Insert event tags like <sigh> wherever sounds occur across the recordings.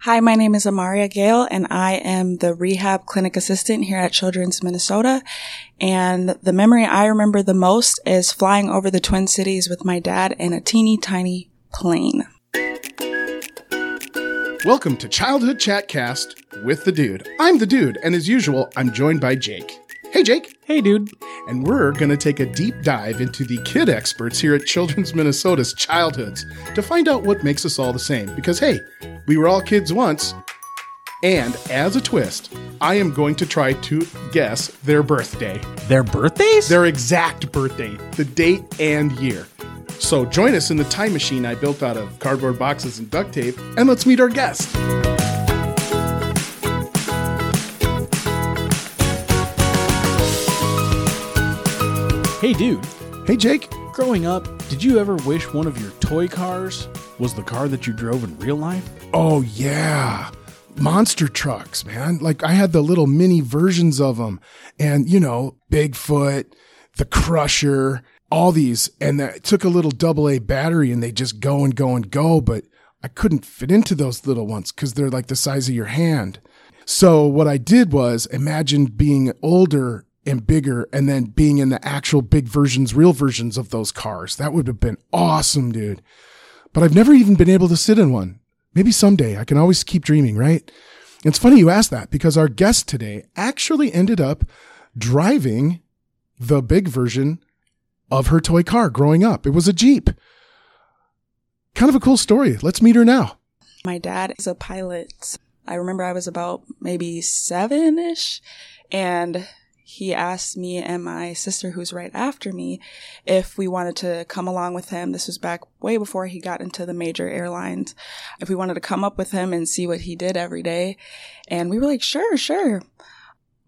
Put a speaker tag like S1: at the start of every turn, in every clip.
S1: Hi, my name is Amaria Gale, and I am the rehab clinic assistant here at Children's Minnesota. And the memory I remember the most is flying over the Twin Cities with my dad in a teeny tiny plane.
S2: Welcome to Childhood Chatcast with the Dude. I'm the Dude, and as usual, I'm joined by Jake. Hey, Jake.
S3: Hey, dude.
S2: And we're going to take a deep dive into the kid experts here at Children's Minnesota's childhoods to find out what makes us all the same. Because, hey, we were all kids once. And as a twist, I am going to try to guess their birthday,
S3: Their birthdays?
S2: their exact birthday, the date and year. So join us in the time machine I built out of cardboard boxes and duct tape, and let's meet our guest.
S3: hey, dude.
S2: Hey, Jake.
S3: Growing up, did you ever wish one of your toy cars was the car that you drove in real life?
S2: Oh yeah. Monster trucks, man. Like I had the little mini versions of them and you know, Bigfoot, the Crusher, all these and that took a little double A battery and they just go and go and go, but I couldn't fit into those little ones cuz they're like the size of your hand. So what I did was imagine being older and bigger and then being in the actual big versions, real versions of those cars. That would have been awesome, dude but I've never even been able to sit in one. Maybe someday I can always keep dreaming, right? It's funny you asked that because our guest today actually ended up driving the big version of her toy car growing up. It was a Jeep. Kind of a cool story. Let's meet her now.
S1: My dad is a pilot. I remember I was about maybe seven ish, and he asked me and my sister, who's right after me, if we wanted to come along with him. This was back way before he got into the major airlines. If we wanted to come up with him and see what he did every day. And we were like, sure, sure.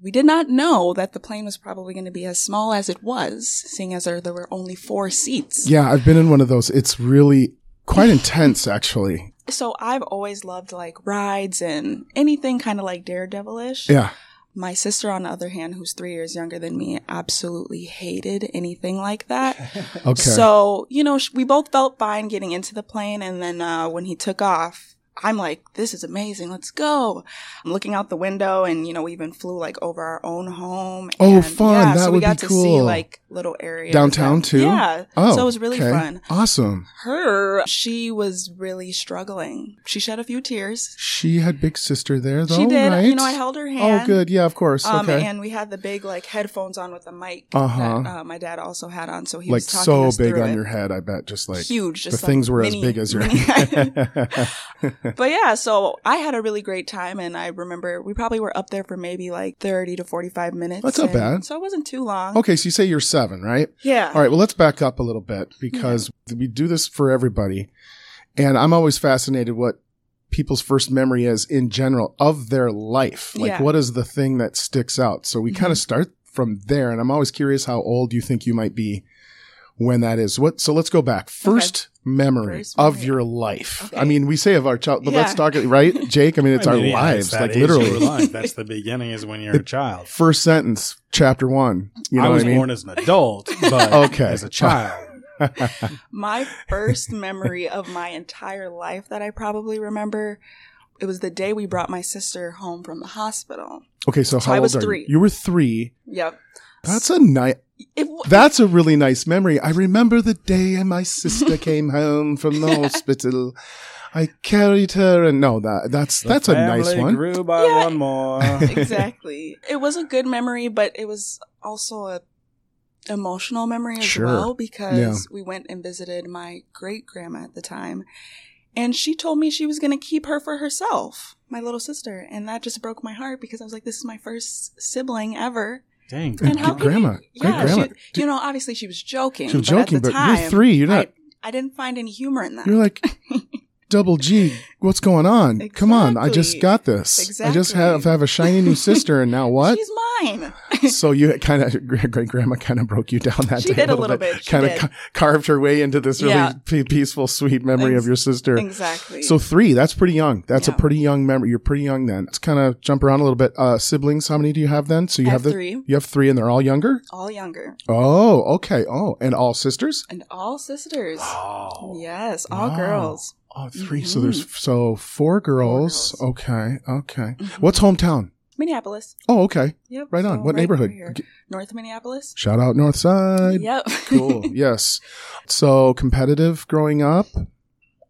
S1: We did not know that the plane was probably going to be as small as it was, seeing as there, there were only four seats.
S2: Yeah, I've been in one of those. It's really
S1: <laughs>
S2: quite intense, actually.
S1: So I've always loved like rides and anything kind of like daredevilish.
S2: Yeah.
S1: My sister, on the other hand, who's three years younger than me, absolutely hated anything like that.
S2: <laughs> Okay.
S1: So, you know, sh- we both felt fine getting into the plane. And then uh, when he took off, I'm like, this is amazing. Let's go. I'm looking out the window and, you know, we even flew like over our own home.
S2: Oh,
S1: and,
S2: fun.
S1: Yeah,
S2: That
S1: so we
S2: would be
S1: got to see
S2: cool.
S1: like little areas.
S2: Downtown
S1: and-
S2: too? Oh,
S1: Yeah. so it was really
S2: okay.
S1: fun.
S2: Awesome.
S1: Her, she was really struggling. She shed a few tears.
S2: She had big sister there, though.
S1: She did.
S2: Oh, Right?
S1: You know, I held her hand.
S2: Oh, good. Yeah, of course.
S1: Um,
S2: okay.
S1: and we had the big like headphones on with the mic
S2: Uh-huh.
S1: that uh, my dad also had on, so he
S2: like
S1: was talking
S2: so
S1: us
S2: big
S1: through
S2: on
S1: it.
S2: your head i bet just like
S1: huge.
S2: the
S1: Just like,
S2: things were
S1: mini-
S2: as big as your
S1: mini-
S2: head
S1: <laughs>
S2: <laughs>
S1: but yeah, so I had a really great time, and I remember we probably were up there for maybe like thirty to forty-five minutes.
S2: That's not
S1: and-
S2: bad.
S1: So it wasn't too long.
S2: okay so you say you're seven right
S1: Yeah.
S2: all right well let's back up a little bit because we do this for everybody and i'm always fascinated what people's first memory is in general of their life like
S1: Yeah. Mm-hmm.
S2: what is the thing that sticks out so we kind of start from there and i'm always curious how old you think you might be when that is what so let's go back first memory
S1: First
S2: of
S1: memory.
S2: your life i
S1: Okay.
S2: mean we say of our child but let's
S1: Yeah.
S2: talk it right
S1: <laughs>
S2: jake i mean it's
S4: I
S2: our
S4: mean, yeah,
S2: lives
S4: it's that
S2: like
S4: age of your
S2: literally <laughs>
S4: life. That's the beginning is when you're a child.
S2: first sentence, chapter one. You know
S4: I was
S2: what I mean? Oh.
S4: born as an
S2: <laughs>
S4: adult, but
S2: Okay.
S4: as a child.
S1: My
S2: <laughs>
S1: first memory of my entire life that I probably remember. It was the day we brought my sister home from the hospital.
S2: okay, so,
S1: So
S2: how
S1: I
S2: old
S1: was
S2: are you?
S1: three.
S2: You were three.
S1: Yep.
S2: That's a nice.
S1: It, w-
S2: <laughs> That's a really nice memory. I remember the day my
S1: <laughs>
S2: sister came home from the hospital. I carried her, and no, that that's
S4: The
S2: <laughs> that's a nice
S4: family
S2: one.
S4: Grew by
S1: Yeah.
S2: <laughs>
S4: one more.
S1: exactly. It was a good memory, but it was also a emotional memory as
S2: Sure.
S1: well because
S2: Yeah.
S1: we went and visited my great grandma at the time, and she told me she was going to keep her for herself, my little sister, and that just broke my heart because I was like, "This is my first sibling ever."
S4: <laughs> Dang.
S2: And
S1: And how
S2: good
S1: could
S2: grandma.
S1: you-
S2: Great
S1: yeah,
S2: grandma.
S1: She, you know, obviously she was joking.
S2: She was
S1: but at
S2: joking,
S1: the
S2: but
S1: time,
S2: you're three. You're not.
S1: I, I didn't find any humor in that.
S2: you're
S1: <laughs>
S2: like double G. What's going on? Come on! I just
S1: Exactly.
S2: got this. I just
S1: Exactly.
S2: have have a shiny new sister,
S1: <laughs>
S2: and now what?
S1: She's mine.
S2: <laughs> so you kind of great grandma kind of broke you down that
S1: She
S2: day
S1: did a little bit. She
S2: kind of
S1: did.
S2: carved her way into this really
S1: Yeah.
S2: p- peaceful, sweet memory of
S1: Ex-
S2: your sister.
S1: <laughs> exactly.
S2: So three, that's pretty young. That's a
S1: Yeah.
S2: pretty young memory. You're pretty young then. Let's kind of jump around a little bit. Uh, siblings, how many do you have then? So you
S1: I
S2: have,
S1: have
S2: the
S1: three.
S2: you have three, and they're all younger.
S1: all younger
S2: Oh, okay. Oh, and all sisters.
S1: and all sisters.
S4: Wow.
S1: Yes, all
S2: Wow.
S1: girls.
S2: Oh, 3 So there's
S1: Mm-hmm.
S2: so four girls. Okay, okay. What's hometown?
S1: Minneapolis.
S2: Oh, okay.
S1: Yep.
S2: Right on.
S1: Mm-hmm. so
S2: what
S1: right
S2: neighborhood?
S1: over here.
S2: G-
S1: North Minneapolis.
S2: Shout out North Side.
S1: Yep.
S2: Cool. yes. So competitive growing up.
S1: <laughs>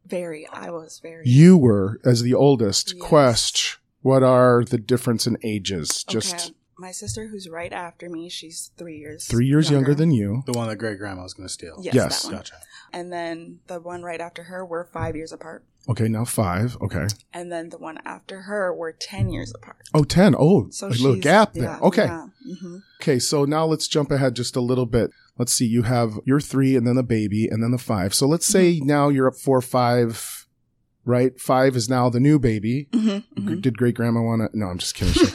S1: very. I was very.
S2: You were as the oldest.
S1: Yes.
S2: Quest. What are the difference in ages? Just
S1: okay. my sister, who's right after me, she's three years.
S2: three years younger than you.
S4: The one that great grandma was going to steal.
S1: Yes.
S2: Yes.
S1: That one.
S4: Gotcha.
S1: And then the one right after her were five years apart.
S2: Okay, now five. Okay.
S1: And then the one after her were ten years apart.
S2: Oh, 10. Oh,
S1: So
S2: a little
S1: she's-
S2: gap there.
S1: yeah,
S2: okay.
S1: yeah, mhm.
S2: Okay, so now let's jump ahead just a little bit. Let's see, you have your three and then the baby and then the five. So let's say
S1: Mm-hmm.
S2: now you're up four, five, right? Five is now the new baby.
S1: Mhm, mhm.
S2: Did great grandma want to? No, I'm
S1: <laughs>
S2: just kidding. She-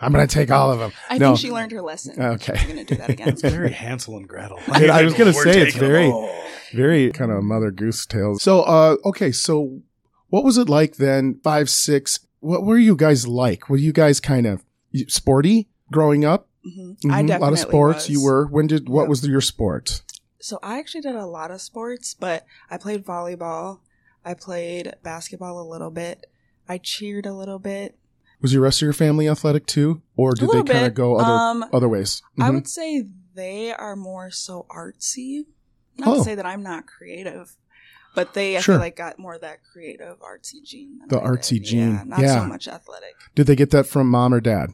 S2: I'm going to take all of them.
S1: I
S2: no.
S1: think she learned her lesson.
S2: <laughs> Okay.
S1: She's gonna do that
S2: <laughs>
S1: again.
S4: <laughs>
S1: Mm-hmm.
S4: Very Hansel and Gretel.
S2: Dude, I was gonna
S4: We're
S2: say, it's
S4: taking them
S2: very-
S4: all.
S2: Very kind of mother goose tales. So, uh, okay, so what was it like then? Five, six. What were you guys like? Were you guys kind of sporty growing up?
S1: Mhm.
S2: Mhm,
S1: I definitely
S2: a lot of sports.
S1: was.
S2: You were. When did? What
S1: Yep.
S2: was your sport?
S1: So I actually did a lot of sports, but I played volleyball. I played basketball a little bit. I cheered a little bit.
S2: Was your rest of your family athletic too, or did
S1: a
S2: they
S1: little
S2: kind of
S1: bit.
S2: go other
S1: um,
S2: other ways?
S1: I
S2: Mhm.
S1: would say they are more so artsy. Not
S2: Oh.
S1: to say that I'm not creative, but they I
S2: Sure.
S1: feel like got more of that creative artsy gene. than
S2: The
S1: I did.
S2: artsy gene.
S1: yeah, not
S2: Yeah.
S1: so much athletic.
S2: Did they get that from mom or dad?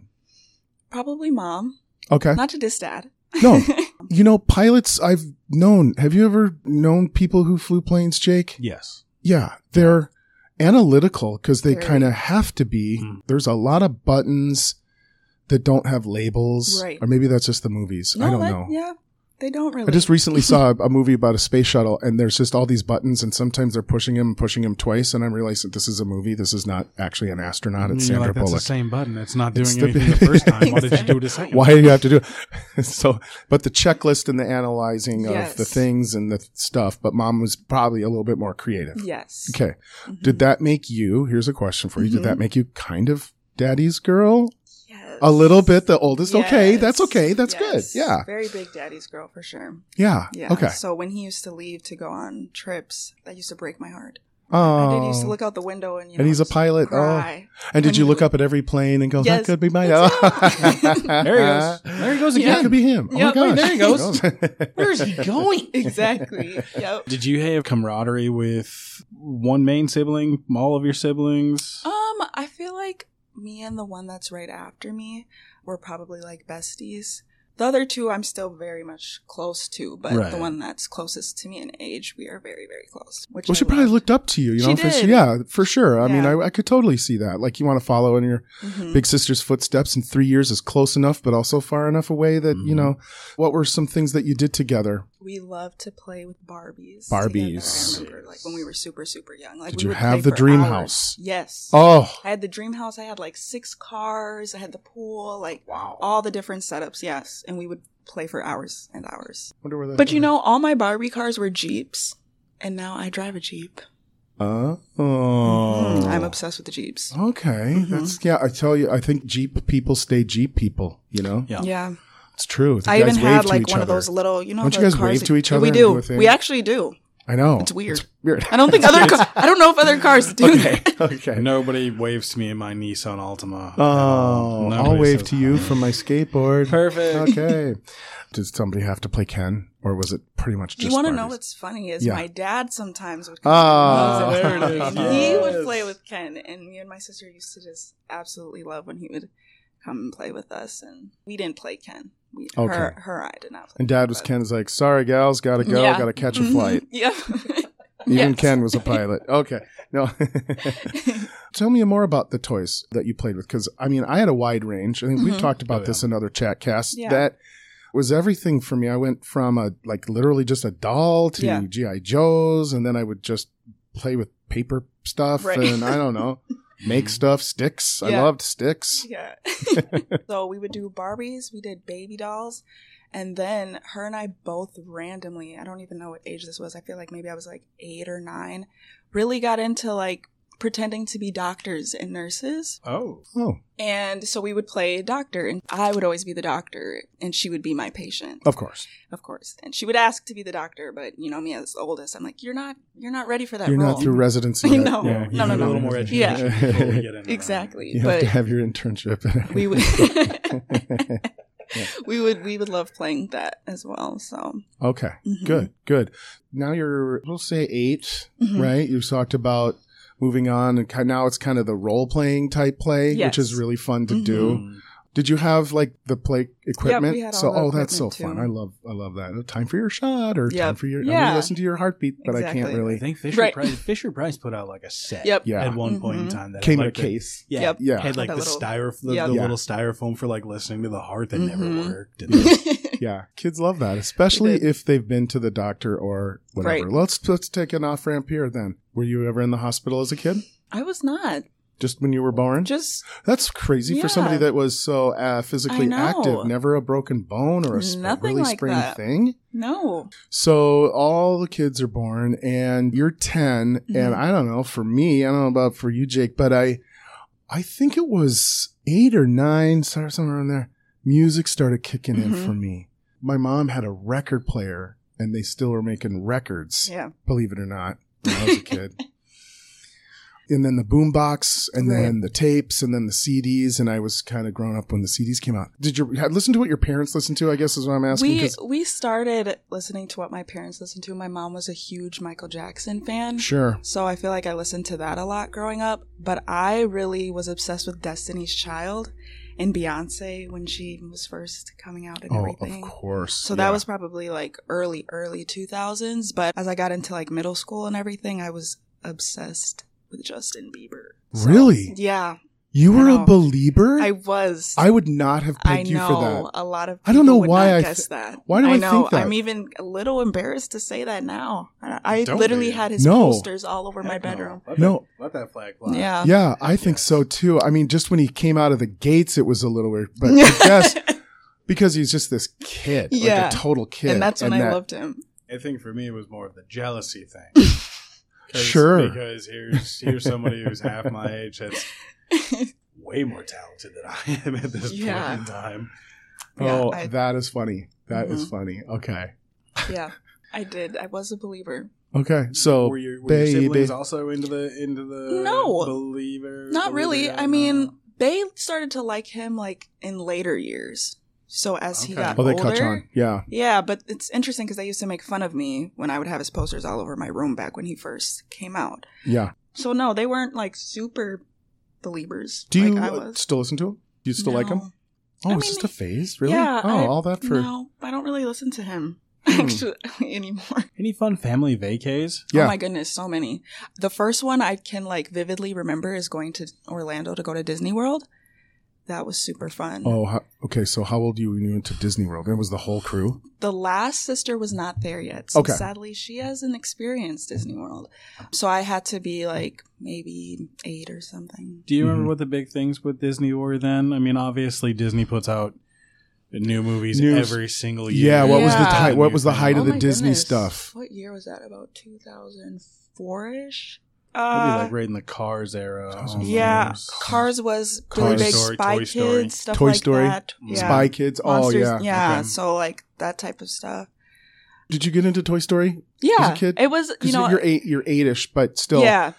S1: Probably mom. <laughs>
S2: Okay,
S1: Not to diss dad. <laughs>
S2: no, you know pilots I've known. Have you ever known people who flew planes, Jake?
S4: Yes.
S2: Yeah, they're analytical because they
S1: Very.
S2: kind of have to be.
S4: Mm.
S2: There's a lot of buttons that don't have labels,
S1: Right.
S2: or maybe that's just the movies. I
S1: No,
S2: don't
S1: that-
S2: know.
S1: Yeah, they don't really.
S2: I just
S1: <laughs>
S2: recently saw a movie about a space shuttle, and there's just all these buttons, and sometimes they're pushing him, pushing him twice, and I realized that this is a movie. This is not actually an astronaut. It's
S1: Mm,
S4: Mm, You're
S2: Sandra
S4: like, that's
S2: Bullock.
S4: the same button. It's not doing
S2: It's the-
S4: anything
S2: <laughs>
S4: the, first time. Why did you do it a second?
S2: Why do you have to do it? <laughs> so, but the checklist and the analyzing of
S1: Yes.
S2: the things and the th- stuff. But mom was probably a little bit more creative.
S1: yes. Mm-hmm.
S2: Okay, did that make you? Here's a question for you. Did
S1: Mhm.
S2: that make you kind of daddy's girl?
S1: Yes.
S2: A little bit, the oldest. Okay,
S1: Yes.
S2: that's okay. That's
S1: Yes.
S2: good. Yeah,
S1: Very big daddy's girl for sure.
S2: yeah,
S1: Yeah.
S2: Okay.
S1: So when he used to leave to go on trips, that used to break my heart. I did used to
S2: Oh,
S1: look out the window and you know,
S2: and he's a
S1: just
S2: pilot. Oh.
S1: Cry. <laughs>
S2: And did
S1: When
S2: you
S1: he
S2: look
S1: was-
S2: up at every plane and go, that
S1: Yes,
S2: could be mine?
S1: that's him. <laughs>
S4: There he goes. There he goes
S2: That
S4: again.
S2: could be him.
S1: Yep,
S2: oh my
S1: wait,
S2: gosh.
S1: there he
S2: <laughs>
S4: Where is he going?
S1: exactly. Yep.
S4: Did you have camaraderie with one main sibling, all of your siblings?
S1: Um, I feel like me and the one that's right after me were probably like besties. The other two I'm still very much close to, but
S4: Right.
S1: the one that's closest to me in age, we are very, very close. Which
S2: well,
S1: I
S2: she probably
S1: love.
S2: looked up to you, you know?
S1: She
S2: for-
S1: did.
S2: yeah, for sure. I mean,
S1: Yeah.
S2: I, I could totally see that. Like, you want to follow in your
S1: Mhm.
S2: big sister's footsteps, and three years is close enough, but also far enough away that, you
S4: Mhm.
S2: know, what were some things that you did together?
S1: We love to play with Barbies.
S2: Barbies.
S1: Together. I remember, like when we were super, super young. Like,
S2: Did
S1: we
S2: you
S1: would
S2: have
S1: play
S2: the
S1: for
S2: dream
S1: hours.
S2: house?
S1: Yes.
S2: Oh,
S1: I had the dream house. I had like six cars. I had the pool. Like
S4: Wow.
S1: all the different setups. Yes, and we would play for hours and hours.
S2: wonder where that
S1: But you know, all my Barbie cars were Jeeps, and now I drive a Jeep.
S2: Uh, oh.
S1: Mhm. I'm obsessed with the Jeeps.
S2: Okay.
S1: Mhm.
S2: That's, yeah, I tell you, I think Jeep people stay Jeep people, you know?
S4: Yeah.
S1: Yeah,
S2: It's true. The
S1: I
S2: guys
S1: even
S2: wave
S1: had
S2: to
S1: like
S2: each
S1: one of
S2: other.
S1: those little, you know,
S2: Don't you
S1: the
S2: guys
S1: cars
S2: wave
S1: that-
S2: to each
S1: Yeah,
S2: other
S1: We
S2: and do a
S1: do.
S2: thing?
S1: we actually do.
S2: I know.
S1: It's weird.
S2: weird.
S1: I don't think other. Ca- I don't know if <laughs> other cars do.
S2: okay.
S1: that.
S2: <laughs> Okay.
S4: Nobody waves to me in my Nissan Altima.
S2: Oh,
S4: Nobody
S2: I'll wave
S4: says
S2: to you
S4: hi.
S2: from my skateboard.
S4: Perfect.
S2: Okay. Did somebody have to play Ken, or was it pretty much just?
S1: You want to know
S2: Barbies?
S1: what's funny is
S2: Yeah.
S1: my dad sometimes would.
S2: Ah.
S1: He loves it.
S4: There it is.
S1: And he
S4: Yes.
S1: would play with Ken, and me and my sister used to just absolutely love when he would come and play with us. And we didn't play Ken. We,
S2: Okay.
S1: Her, her, I did not. play
S2: And Dad was
S1: but-
S2: Ken's like, sorry, gals, gotta go,
S1: Yeah.
S2: gotta catch a
S1: Mhm. <laughs>
S2: flight.
S1: yeah.
S2: Even
S1: Yes.
S2: Ken was a pilot. Okay, no. <laughs> Tell me more about the toys that you played with, because I mean, I had a wide range. I think we've
S1: Mhm.
S2: talked about
S4: Oh, yeah.
S2: this in other chat casts.
S1: Yeah.
S2: That was everything for me. I went from a like literally just a doll to
S1: Yeah.
S2: GI Joes, and then I would just play with paper stuff
S1: Right.
S2: and I
S1: <laughs>
S2: don't know, make stuff, sticks. I
S1: Yeah.
S2: loved sticks.
S1: <laughs>
S2: <laughs>
S1: yeah. so we would do Barbies, we did baby dolls, and then her and I both randomly, I don't even know what age this was, I feel like maybe I was like eight or nine, really got into like pretending to be doctors and nurses.
S4: Oh.
S2: Oh,
S1: And so we would play doctor, and I would always be the doctor, and she would be my patient,
S2: of course.
S1: of course. And she would ask to be the doctor, but you know me as the oldest, I'm like, you're not, you're not ready for that
S2: You're
S1: role.
S2: not through
S1: <laughs>
S2: residency. yet.
S1: no,
S4: Yeah, you
S1: no, no,
S4: need a
S1: no,
S4: little more education
S1: Yeah.
S4: before we get in there.
S1: exactly.
S2: <laughs> You have
S1: but
S2: to have your internship.
S1: <laughs>
S2: <laughs>
S1: we would, <laughs> we would, we would love playing that as well. So
S2: okay.
S1: mhm.
S2: Good. Good. Now you're, we'll say 8
S1: Mhm.
S2: right? You've talked about moving on, and ki- now it's kind of the role playing type play,
S1: Yes. Mm-hmm.
S2: which is really fun to do.
S4: Mm.
S2: Did you have like the play equipment?
S1: we had all
S2: so,
S1: the
S2: oh, that's so
S1: equipment,
S2: fun.
S1: too.
S2: I love, I love that. Time for your shot, or
S1: Yep.
S2: time for your. I want
S1: Yeah.
S2: to listen to your heartbeat, but I can't
S1: Exactly.
S2: really.
S4: I think Fisher
S1: Right.
S4: Price Fisher Price put out like a set
S1: Yep. <laughs>
S2: Yeah.
S4: at one point in
S1: Mhm.
S4: time that
S2: Came in a
S4: had, like, the-
S2: case.
S4: Yeah.
S1: Yep.
S2: Yeah.
S4: Had like the
S1: That little-
S4: styrofoam the,
S1: Yep.
S4: the
S2: Yeah.
S4: little styrofoam for like listening to the heart that
S1: Mhm.
S4: never
S1: <laughs>
S4: worked. And-
S2: Yeah, kids love that, especially
S1: did.
S2: if they've been to the doctor or whatever.
S1: Right.
S2: Let's let's take an off ramp here. Then, were you ever in the hospital as a kid?
S1: I was not
S2: Just when you were born?
S1: just
S2: That's crazy for
S1: Yeah.
S2: somebody that was so uh,
S1: I
S2: physically
S1: know.
S2: active. Never a broken bone or a sp-
S1: Nothing
S2: really
S1: like
S2: sprained
S1: that.
S2: thing.
S1: no.
S2: So all the kids are born, and you're 10 and
S1: Mhm.
S2: I don't know. For me, I don't know about for you, Jake, but I, I think it was eight or nine, so- somewhere around there. Music started kicking in
S1: Mhm.
S2: for me. My mom had a record player, and they still were making records.
S1: Yeah.
S2: Believe it or not, when I was
S1: <laughs>
S2: a kid. And then the boombox, and then the tapes, and then the CDs, and I was kind of grown up when the CDs came out. Did you listen to what your parents listened to? I guess is what I'm asking.
S1: We
S2: 'cause-
S1: we started listening to what my parents listened to. My mom was a huge Michael Jackson fan.
S2: sure.
S1: So I feel like I listened to that a lot growing up, but I really was obsessed with Destiny's Child and Beyonce when she was first coming out and
S2: Oh,
S1: everything.
S2: of course.
S1: So that
S2: Yeah.
S1: was probably like early early 2000s, but as I got into like middle school and everything, I was obsessed with Justin Bieber. So-
S2: really
S1: Yeah,
S2: you
S1: I
S2: were a
S1: know.
S2: believer.
S1: um, I
S2: I,
S1: was.
S2: would not have
S1: I
S2: pegged you
S1: know
S2: for that.
S1: a lot of.
S2: I don't know
S1: people would
S2: why
S1: not
S2: I
S1: guess
S2: th-
S1: that.
S2: why do I
S1: know.
S2: think that?
S1: I'm even a little embarrassed to say that now. I, I
S4: Don't
S1: literally
S4: be.
S1: had his
S2: No.
S1: posters all over my
S4: Heck
S1: bedroom.
S4: Let
S2: No.
S4: that- let that flag fly.
S1: Uh, Yeah. <laughs>
S2: Yeah, I think
S4: Yes.
S2: so too. I mean, just when he came out of the gates, it was a little weird, but I
S1: <laughs>
S2: guess because he's just this kid,
S1: Yeah.
S2: like a total kid,
S1: and that's when I
S2: that-
S1: loved him. <laughs>
S4: I think for me it was more of the
S2: <laughs>
S4: jealousy thing. 'Cause-
S2: Sure.
S4: Because here's here's somebody who's half my age that's way more talented than I am at this
S1: Yeah.
S4: point in time.
S1: Yeah,
S2: Oh,
S1: I- Mm-hmm.
S2: that is funny. That is funny. Okay,
S1: yeah, I did. I was a believer.
S2: okay. So
S4: were your, were
S2: Oh, baby.
S4: your siblings also into the into the
S1: No.
S4: believer?
S1: Not really.
S4: believer
S1: I mean, they started to like him like in later years. So as he
S4: Okay.
S1: got
S2: oh, they
S1: older,
S2: catch on. Yeah,
S1: Yeah, but it's interesting because they used to make fun of me when I would have his posters all over my room back when he first came out.
S2: yeah.
S1: So no, they weren't like super believers.
S2: Do you
S1: like I
S2: uh,
S1: was.
S2: still listen to him? Do you still like him?
S1: No.
S2: Oh,
S1: I
S2: it's
S1: mean,
S2: just a phase, really?
S1: Yeah,
S2: oh,
S1: I-
S2: all that for
S1: No, I don't really listen to him <laughs>
S2: Hmm.
S1: actually anymore.
S4: any fun family vacays?
S2: Yeah.
S1: Oh my goodness, so many. The first one I can like vividly remember is going to Orlando to go to Disney World. That was super fun.
S2: Oh, ho- okay. So how old you when you went to Disney World? It was the whole crew.
S1: The last sister was not there yet. So
S2: Okay.
S1: sadly, she hasn't experienced Disney World. So I had to be like maybe eight or something.
S4: Do you
S2: Mhm.
S4: remember what the big things with Disney were then? I mean, obviously Disney puts out new movies
S2: New-
S4: every single year.
S2: Yeah. What was the
S1: Yeah.
S2: height? What was the height
S1: Oh
S2: of the
S1: my
S2: Disney
S1: goodness.
S2: stuff?
S1: What year was that? About 2004 ish?
S4: Maybe
S1: Uh,
S4: like right in the Cars era. Oh
S2: Cars
S4: almost.
S1: yeah.
S4: Cars.
S1: Cars was
S2: Cars.
S1: really big.
S4: Story,
S1: Spy
S4: Toy
S1: Kids,
S4: Story.
S1: stuff
S2: Toy
S1: like
S2: Story,
S1: that. Yeah.
S2: Spy Kids.
S1: Monsters,
S2: oh yeah.
S1: Yeah.
S4: Okay.
S1: So like that type of stuff.
S2: Did you get into Toy Story?
S1: Yeah.
S2: As a kid?
S1: It was, you
S2: Because
S1: know,
S2: you are eight. You're eight-ish, but still.
S1: yeah.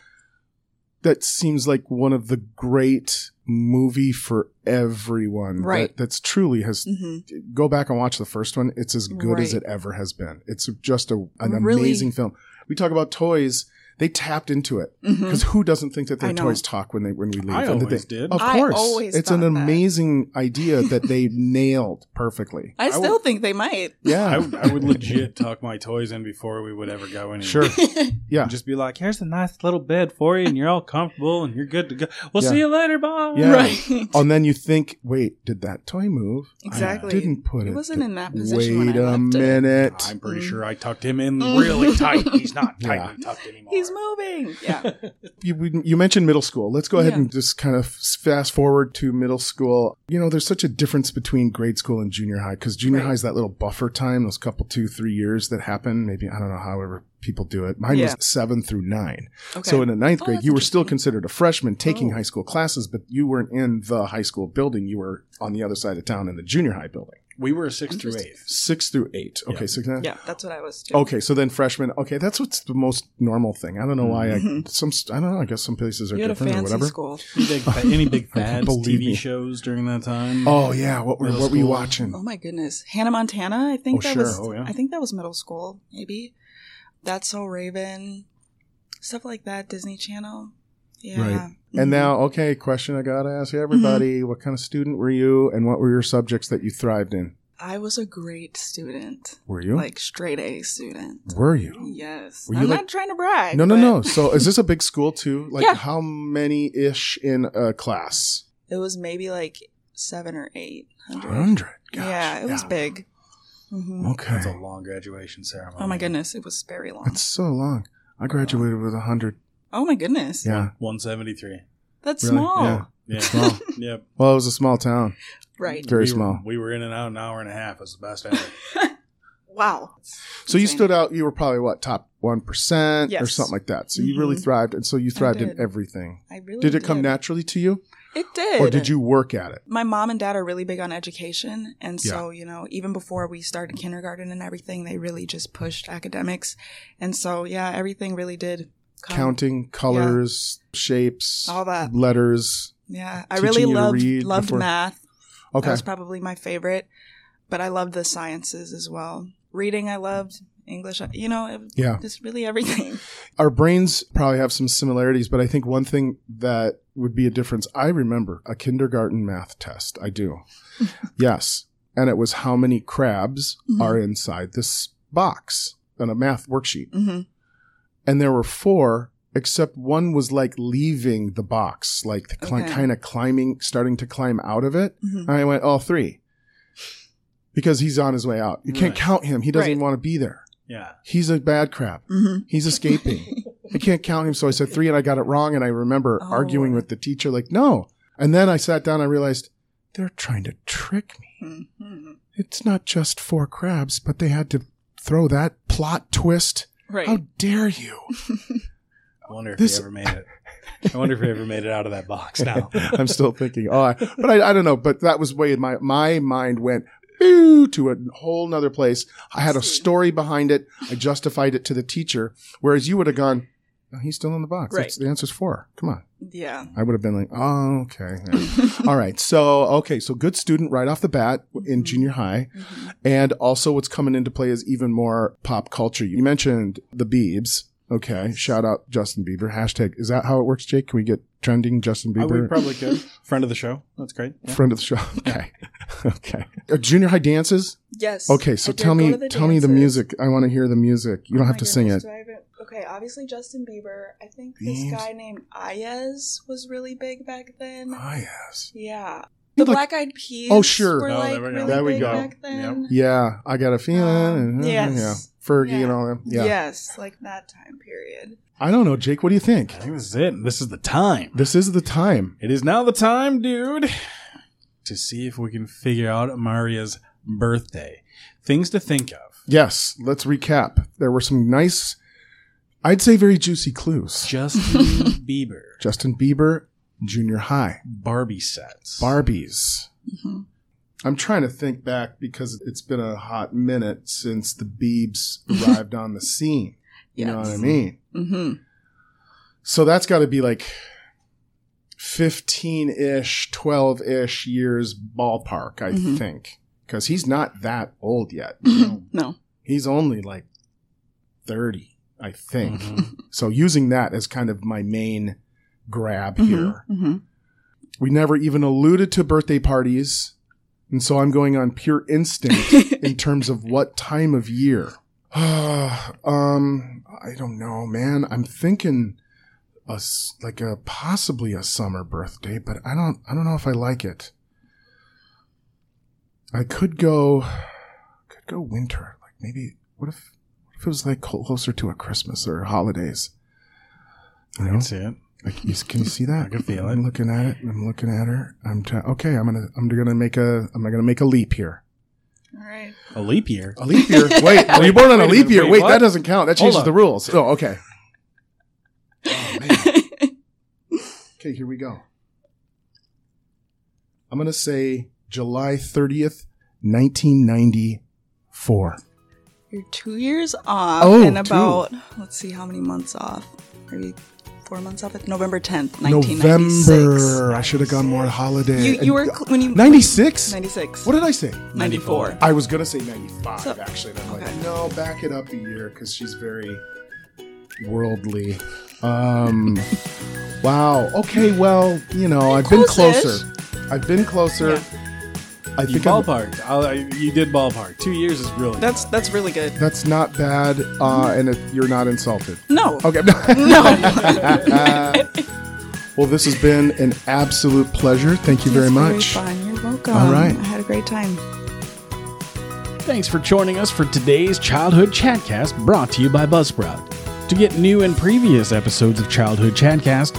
S2: That seems like one of the great movie for everyone.
S1: Right.
S2: That, that's truly has.
S1: hmm
S2: Go back and watch the first one. It's as good as
S1: Right.
S2: it ever has been. It's just a, an
S1: Really?
S2: amazing film. We talk about toys. They tapped into it.
S1: hmm
S2: Because who doesn't think that their
S1: I know.
S2: toys talk when they when we leave?
S4: I
S2: And that
S4: always
S2: they-
S4: did.
S2: Of
S1: I
S2: course,
S1: always
S2: it's an
S1: thought that.
S2: amazing idea
S1: <laughs>
S2: that they nailed perfectly.
S1: I
S4: would-
S1: still think they might. <laughs>
S2: Yeah,
S4: I,
S2: <laughs>
S4: I would legit tuck my toys in before we would ever go anywhere.
S2: sure. Yeah.
S4: <laughs> And just be like, here's a nice little bed for you, and you're all comfortable, and you're good to go. We'll
S2: Yeah.
S4: see you later, bye.
S2: Yeah.
S1: Right.
S2: and then you think, wait, did that toy move?
S1: Exactly.
S2: I didn't put it.
S1: It wasn't in that
S2: Wait
S1: position when I
S2: a
S1: left it.
S2: minute.
S4: I'm pretty
S1: Mm.
S4: sure I tucked him in
S1: Mm.
S4: really tight. He's not
S2: Yeah.
S4: tightly tucked anymore.
S1: He's moving. Yeah.
S2: you, we- you mentioned middle school. Let's go ahead
S1: Yeah.
S2: and just kind of fast forward to middle school. You know, there's such a difference between grade school and junior high because junior
S1: Right.
S2: high is that little buffer time, those couple, two, three years that happen. Maybe, I don't know, however people do it. Mine
S1: Yeah.
S2: was seven through nine.
S1: Okay.
S2: So in the ninth
S1: Oh,
S2: grade,
S1: that's
S2: you were still
S1: interesting.
S2: considered a freshman taking
S1: Oh.
S2: high school classes, but you weren't in the high school building. You were on the other side of town in the junior high building.
S4: We were six through eight.
S2: Six through eight. Okay,
S4: Yeah.
S2: six and a half.
S1: yeah, that's what I was doing.
S2: Okay, so then freshman. Okay, that's what's the most normal thing. I don't know why. I,
S1: Mhm.
S2: <laughs> some I don't know. I guess some places are
S1: You had a
S2: different or
S1: fancy
S2: whatever.
S1: school.
S4: Any
S2: <laughs>
S4: big, any big fads,
S2: Believe
S4: TV
S2: me.
S4: shows during that time?
S2: Oh yeah, what were
S4: Middle
S2: what were you
S4: school.
S2: watching?
S1: Oh my goodness, Hannah Montana. I think
S2: Oh,
S1: that
S2: sure.
S1: was.
S4: Oh, yeah.
S1: I think that was middle school, maybe. That's So Raven, stuff like that. Disney Channel. Yeah. Mm-hmm.
S2: Right. And now, okay, question I gotta ask everybody: What kind of student were you, and what were your subjects that you thrived in?
S1: I was a great student,
S2: Were you?
S1: like straight A student.
S2: were you?
S1: Yes.
S2: Were you
S1: I'm
S2: like-
S1: not trying to brag.
S2: No, no,
S1: but
S2: no. So is this a big school too? Like
S1: Yeah.
S2: how many ish in a class?
S1: <laughs> It was maybe like seven or eight hundred.
S2: Hundred.
S1: Yeah, it was big. hmm
S2: Okay,
S4: That's a long graduation ceremony.
S1: Oh my goodness, it was very long.
S2: that's so long. I graduated with a hundred.
S1: Oh my goodness,
S2: Yeah.
S4: 173.
S1: that's
S2: Really?
S1: small.
S2: Yeah.
S4: Yeah.
S2: Small.
S4: <laughs> yep.
S2: Well, it was a small town.
S1: Right.
S2: Very
S4: We were-
S2: small.
S4: we were in and out an hour and a half. It was the best ever.
S1: Wow.
S2: So you
S1: Insane.
S2: stood out. You were probably what top one percent or
S1: Yes.
S2: something like that. So you really
S1: Mhm.
S2: thrived, and so you thrived in
S1: did.
S2: everything.
S1: I really
S2: Did it come naturally to you,
S1: It did.
S2: or did you work at it?
S1: My mom and dad are really big on education, and so you know, even before we started kindergarten and everything, they really just pushed academics, and so yeah, everything really did come.
S2: Counting colors, shapes,
S1: All that.
S2: letters.
S1: Yeah, I
S2: Teaching
S1: really
S2: you to
S1: loved
S2: read
S1: loved
S2: before-
S1: math.
S2: Okay,
S1: That was probably my favorite, but I loved the sciences as well. Reading, I loved English. You know, it,
S2: Yeah.
S1: just really everything. <laughs>
S2: our brains probably have some similarities, but I think one thing that would be a difference. I remember a kindergarten math test.
S1: <laughs>
S2: I do. yes, and it was how many crabs
S1: Mhm.
S2: are inside this box on a math worksheet.
S1: hmm
S2: and there were four except one was like leaving the box like the cli-
S1: Okay.
S2: kind of climbing starting to climb out of it
S1: hmm
S2: and i went all three because he's on his way out you can't
S4: Right.
S2: count him he doesn't
S1: Right.
S2: even want to be there
S4: Yeah.
S2: he's a bad crab
S1: hmm
S2: he's escaping i can't count him so i said three and i got it wrong and i remember
S1: Oh.
S2: arguing with the teacher like no and then i sat down i realized they're trying to trick me
S1: hmm
S2: it's not just four crabs but they had to throw that plot twist
S1: Right.
S2: how dare you
S4: I wonder if
S2: This-
S4: he ever made it. I wonder if he ever made it out of that box now.
S2: <laughs> <laughs> I'm still thinking. Oh, I, but I, I don't know. But that was way in my my mind went boo to a whole nother place. I had a
S1: See.
S2: story behind it. I justified it to the teacher, whereas you would have gone. No, he's still in the box.
S1: Right.
S2: That's, the answer's four. Come on. <laughs>
S1: Yeah. <laughs>
S2: I would have been like, oh, okay. All right. So, okay. So, good student right off the bat in
S1: Mhm.
S2: junior high.
S1: Mhm.
S2: And also, what's coming into play is even more pop culture. You mentioned the Biebs. Okay. Shout out Justin Bieber. Hashtag, is that how it works, Jake? Can we get trending Justin
S4: I
S2: Bieber?
S4: would probably could. <laughs> Friend of the show. That's great. Yeah.
S2: friend of the show. <laughs> Okay, okay. Uh, junior high dances.
S1: Yes.
S2: Okay, so
S1: I did
S2: tell
S1: go
S2: me,
S1: to the
S2: tell me the
S1: dances.
S2: music. I want to hear the music. You don't
S1: Oh
S2: have
S1: my
S2: to sing
S1: goodness,
S2: it.
S1: do I even- okay, obviously Justin Bieber. I think this
S2: Beans.
S1: guy named Ayaz was really big back then.
S2: Ah, yes.
S1: Yeah.
S2: You
S1: The
S2: like-
S1: Black Eyed Peas.
S2: Oh, sure.
S1: Were
S4: Oh,
S1: like
S4: there we go.
S1: Really
S2: There we
S1: big
S2: go.
S1: Back then.
S2: Yeah, I got a feeling.
S1: Um,
S2: Uh,
S1: yes.
S2: Yeah, Fergie
S1: Yeah.
S2: and all them. Yeah.
S1: Yes, like that time period.
S2: I don't know, Jake. What do you think?
S4: I think this is it. This is the time.
S2: This is the time.
S4: It is now the time, dude, to see if we can figure out Maria's birthday. Things to think of.
S2: Yes. Let's recap. There were some nice, I'd say, very juicy clues.
S4: <laughs> Justin Bieber,
S2: Justin Bieber, junior high,
S4: Barbie sets.
S2: Barbies.
S1: Mhm.
S2: I'm trying to think back because it's been a hot minute since the Biebs arrived on the scene. You know what I
S1: Yes.
S2: mean?
S1: Mm-hmm.
S2: So that's got to be like 15 ish, 12 ish years ballpark, I
S1: Mhm.
S2: think. Because he's not that old yet.
S1: Mm-hmm. No.
S2: He's only like 30, I think.
S4: Mhm.
S2: So using that as kind of my main grab here.
S1: hmm
S2: We never even alluded to birthday parties. And so I'm going on pure instinct in terms of what time of year. <sighs> um, I don't know, man. I'm thinking a s like a possibly a summer birthday, but I don't I don't know if I like it. I could go could go winter. Like maybe what if what if it was like closer to a Christmas or holidays? You know?
S4: See it?
S2: Like, you, can you see that?
S4: I can feel
S2: I'm
S4: it.
S2: looking at it. I'm looking at her. I'm t- okay. I'm gonna. I'm gonna make a. I'm gonna make a leap here.
S1: <laughs> All right.
S4: A leap year.
S2: A leap <laughs> year. Wait, were you born on a
S4: Wait a
S2: leap
S4: minute,
S2: year?
S4: wait,
S2: Wait,
S4: what?
S2: that doesn't count. That
S4: Hold
S2: changes
S4: on.
S2: the rules. Oh, okay. Oh, <laughs> man. Okay, here we go. I'm gonna say July 30th, 1994.
S1: You're two years off
S2: Oh,
S1: and
S2: two.
S1: about, let's see, how many months off? Maybe four months off? It's November 10th, 1996.
S2: November. I should have gone more holiday.
S1: You, you were, cl- when you,
S2: 96.
S1: 96.
S2: What did I say?
S1: 94.
S2: I was gonna say 95
S1: So-
S2: actually. And I'm
S1: okay.
S2: like, no, back it up a year because she's very worldly. Um, <laughs> wow. Okay. Well, you know, I've been
S1: Close-ish.
S2: closer. I've been closer. I
S4: You
S2: think I'm-
S4: ballparked. I'll, I, you did ballpark. Two years is really.
S1: That's, that's really good.
S2: that's not bad, uh, and it, you're not insulted.
S1: No.
S2: Okay. <laughs>
S1: No.
S2: well, this has been an absolute pleasure. Thank you very much.
S1: Very fun. You're welcome.
S2: All right.
S1: I had a great time.
S3: Thanks for joining us for today's Childhood Chatcast brought to you by Buzzsprout. To get new and previous episodes of Childhood Chatcast,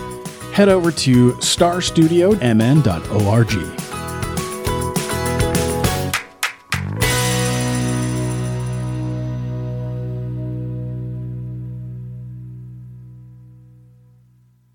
S3: head over to starstudiomn.org.